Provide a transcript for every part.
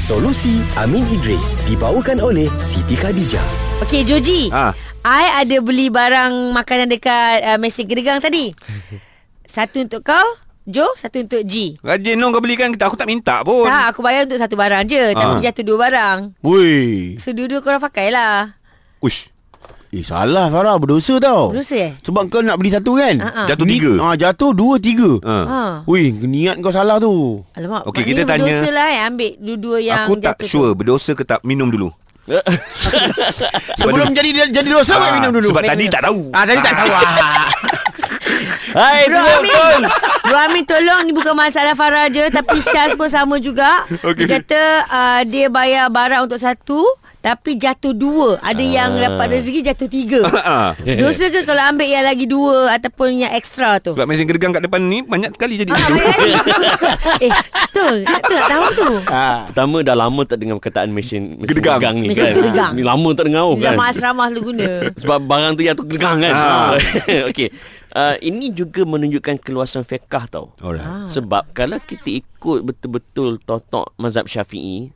Solusi Amin Idris dibawakan oleh Siti Khadijah. Okey Joji. Ha. Ha. I ada beli barang makanan dekat uh, mesin gedegang tadi. Satu untuk kau, Jo, satu untuk G. Rajin dong kau belikan kita. Aku tak minta pun. Tak, aku bayar untuk satu barang je. Tak Ha. ha. jatuh dua barang. Wui. So dua-dua korang pakailah. Uish. Eh salah Farah berdosa Oh. tau. Berdosa eh? Sebab kau nak beli satu kan? Ha, ha. Jatuh Ni- tiga. Ah jatuh dua tiga. Ha. Ha. Wui, niat kau salah tu. Alamak, maknanya Okey, kita tanya- berdosa lah eh, ambil dua-dua yang Aku tak jatuh sure berdosa ke tak minum dulu. Sebelum jadi jadi dosa Ah, ha, minum dulu. Sebab tadi tak tahu. Ah tadi tak tahu. ah. Hai, Bro betul, betul. Amin Bro Amin tolong Ni bukan masalah Farah je Tapi Syaz pun sama juga okay. Dia kata uh, Dia bayar barang untuk satu Tapi jatuh dua Ada yang dapat rezeki Jatuh tiga Ah. Dosa ke kalau ambil yang lagi dua Ataupun yang ekstra tu Sebab mesin gedegang kat depan ni banyak sekali jadi. Ah, eh, betul. Betul nak tahu tu. Ah. Pertama dah lama tak dengar perkataan mesin mesin Gedegang. gedegang ni Mesin kan. gedegang. Ni lama tak dengar kan. Zaman asrama selalu guna. Sebab barang tu jatuh gedegang kan. Ha. Ha. Okey. Uh, ini juga menunjukkan keluasan fiqh tau. Alright. Sebab kalau kita ikut betul-betul totok mazhab Syafi'i,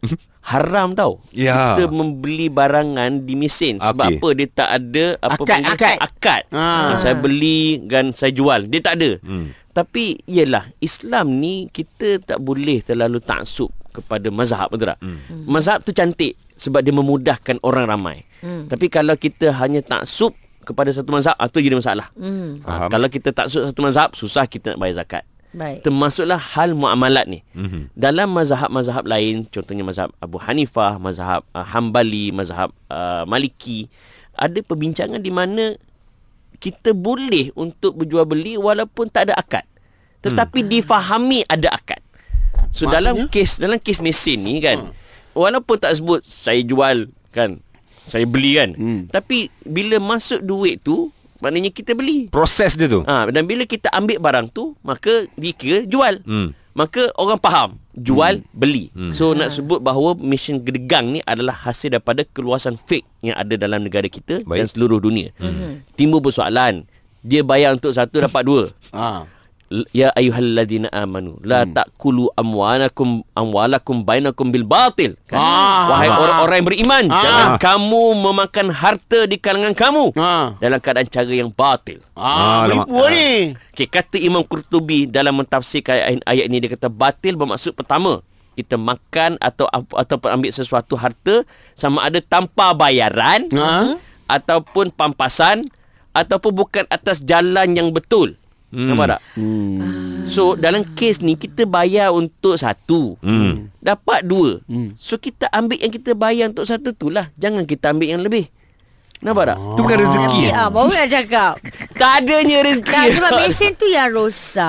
haram tau. Ya. Kita membeli barangan di mesin sebab Okey. apa dia tak ada apa Akad, panggil- akad. akad. Ah. Saya beli dan saya jual. Dia tak ada. Hmm. Tapi yelah Islam ni kita tak boleh terlalu taksub kepada mazhab betul tak? Hmm. Mazhab tu cantik sebab dia memudahkan orang ramai. Hmm. Tapi kalau kita hanya taksub kepada satu mazhab ah, tu jadi masalah. Hmm. Faham. Ha, kalau kita taksub satu mazhab susah kita nak bayar zakat. Baik. Termasuklah hal muamalat ni. Mm-hmm. Dalam mazhab-mazhab lain, contohnya mazhab Abu Hanifah, mazhab uh, Hambali, mazhab uh, Maliki, ada perbincangan di mana kita boleh untuk berjual beli walaupun tak ada akad. Tetapi difahami ada akad. So Maksudnya? dalam kes dalam kes mesin ni kan, walaupun tak sebut saya jual kan, saya beli kan. Tapi bila masuk duit tu, maknanya kita beli. Proses dia tu. Ha, dan bila kita ambil barang tu, maka dikira jual. Hmm. Maka orang faham Hmm. jual beli. So nak sebut bahawa mesin gedegang ni adalah hasil daripada keluasan fake yang ada dalam negara kita Baik. dan seluruh dunia. Hmm. Timbul persoalan, dia bayar untuk satu dapat dua. Ah. L- Ya ayyuhalladzina amanu la Hmm. takulu amwalakum amwalakum bainakum bil batil. Kan? Ah. Wahai orang-orang yang beriman, Ah. jangan kamu memakan harta di kalangan kamu Ah. dalam keadaan cara yang batil. Ah, Alamak. menipu ni. Okay, kata Imam Qurtubi dalam mentafsirkan ayat, ayat ini dia kata batil bermaksud pertama kita makan atau ap- ataupun ambil sesuatu harta sama ada tanpa bayaran Hmm? Ha? ataupun pampasan ataupun bukan atas jalan yang betul. Hmm. Nampak tak? Hmm. So dalam kes ni kita bayar untuk satu. Hmm. Dapat dua. Hmm. So kita ambil yang kita bayar untuk satu tu lah. Jangan kita ambil yang lebih. Nampak tak? Itu bukan rezeki. Tapi ah, baru nak cakap. Tak adanya rezeki. Tak, sebab mesin tu yang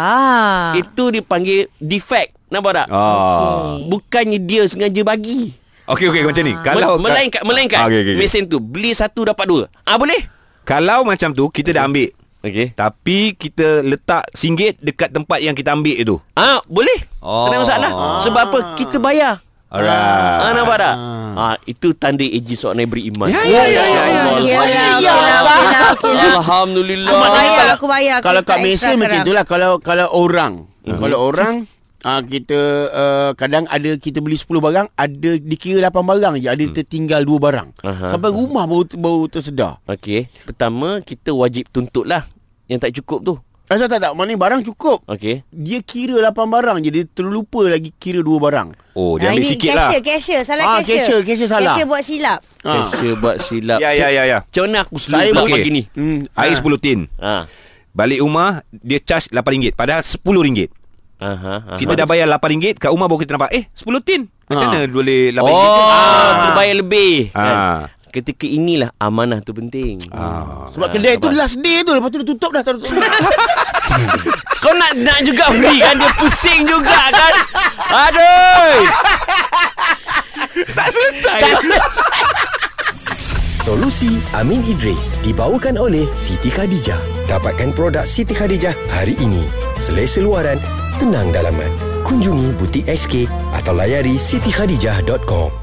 rosak. Itu dipanggil defect. Nampak tak? Ah. Bukannya dia sengaja bagi. Okey okey macam ni. Kalau Ah, Kalau melainkan melainkan. Okey, okey, okey. Mesin tu beli satu dapat dua. Ah boleh? Kalau macam tu kita dah ambil. Okey. Tapi kita letak singgit dekat tempat yang kita ambil itu. Ah boleh. Oh. Oh. Tak ada masalah. Sebab apa? Kita bayar. Alright. Ah, nampak tak? Ah itu tanda eji seorang yang beriman. Ya, ya, ya, ya, ya. Allah, Okey lah, okey lah, okey lah, okey lah. Alhamdulillah. Aku bayar, Kalau- aku bayar. Aku Kalau letak kat extra Malaysia macam lah. kerang. itulah kalau kalau orang. Kalau orang ah kita uh, kadang ada kita beli 10 barang, ada dikira 8 barang je, ada tertinggal 2 barang. Aha. Sampai rumah baru baru tersedar. Okey. Pertama kita wajib tuntutlah yang tak cukup tu. Ah, tak tak tak, maknanya barang cukup. Okey. Dia kira 8 barang je, dia terlupa lagi kira 2 barang. Oh, dia Ah, ambil ini sikit lah. cashier, Cashier, salah Ah, cashier. cashier, cashier salah. Cashier buat silap. Ha. Saya buat silap. Ah. Ya ya ya ya. Macam mana aku Saya selalu pula boleh. pagi ni? Hmm. Air Ah. 10 tin. Ha. Balik rumah dia charge RM8 padahal RM10. Aha, aha. Kita dah bayar RM8 kat rumah baru kita nampak eh 10 tin. Macam Ah. mana boleh RM8? Oh, ah. Ah. terbayar lebih. Kan? Ah. Ketika inilah amanah tu penting. Ah. Sebab kedai tu sebab- last day tu Lepas tu dia tutup dah taruh Kau nak nak juga free kan dia pusing juga kan. Aduh. Tak selesai. Solusi Amin Idris dibawakan oleh Siti Khadijah. Dapatkan produk Siti Khadijah hari ini. Selesa luaran, tenang dalaman. Kunjungi butik SK atau layari sitikhadijah.com.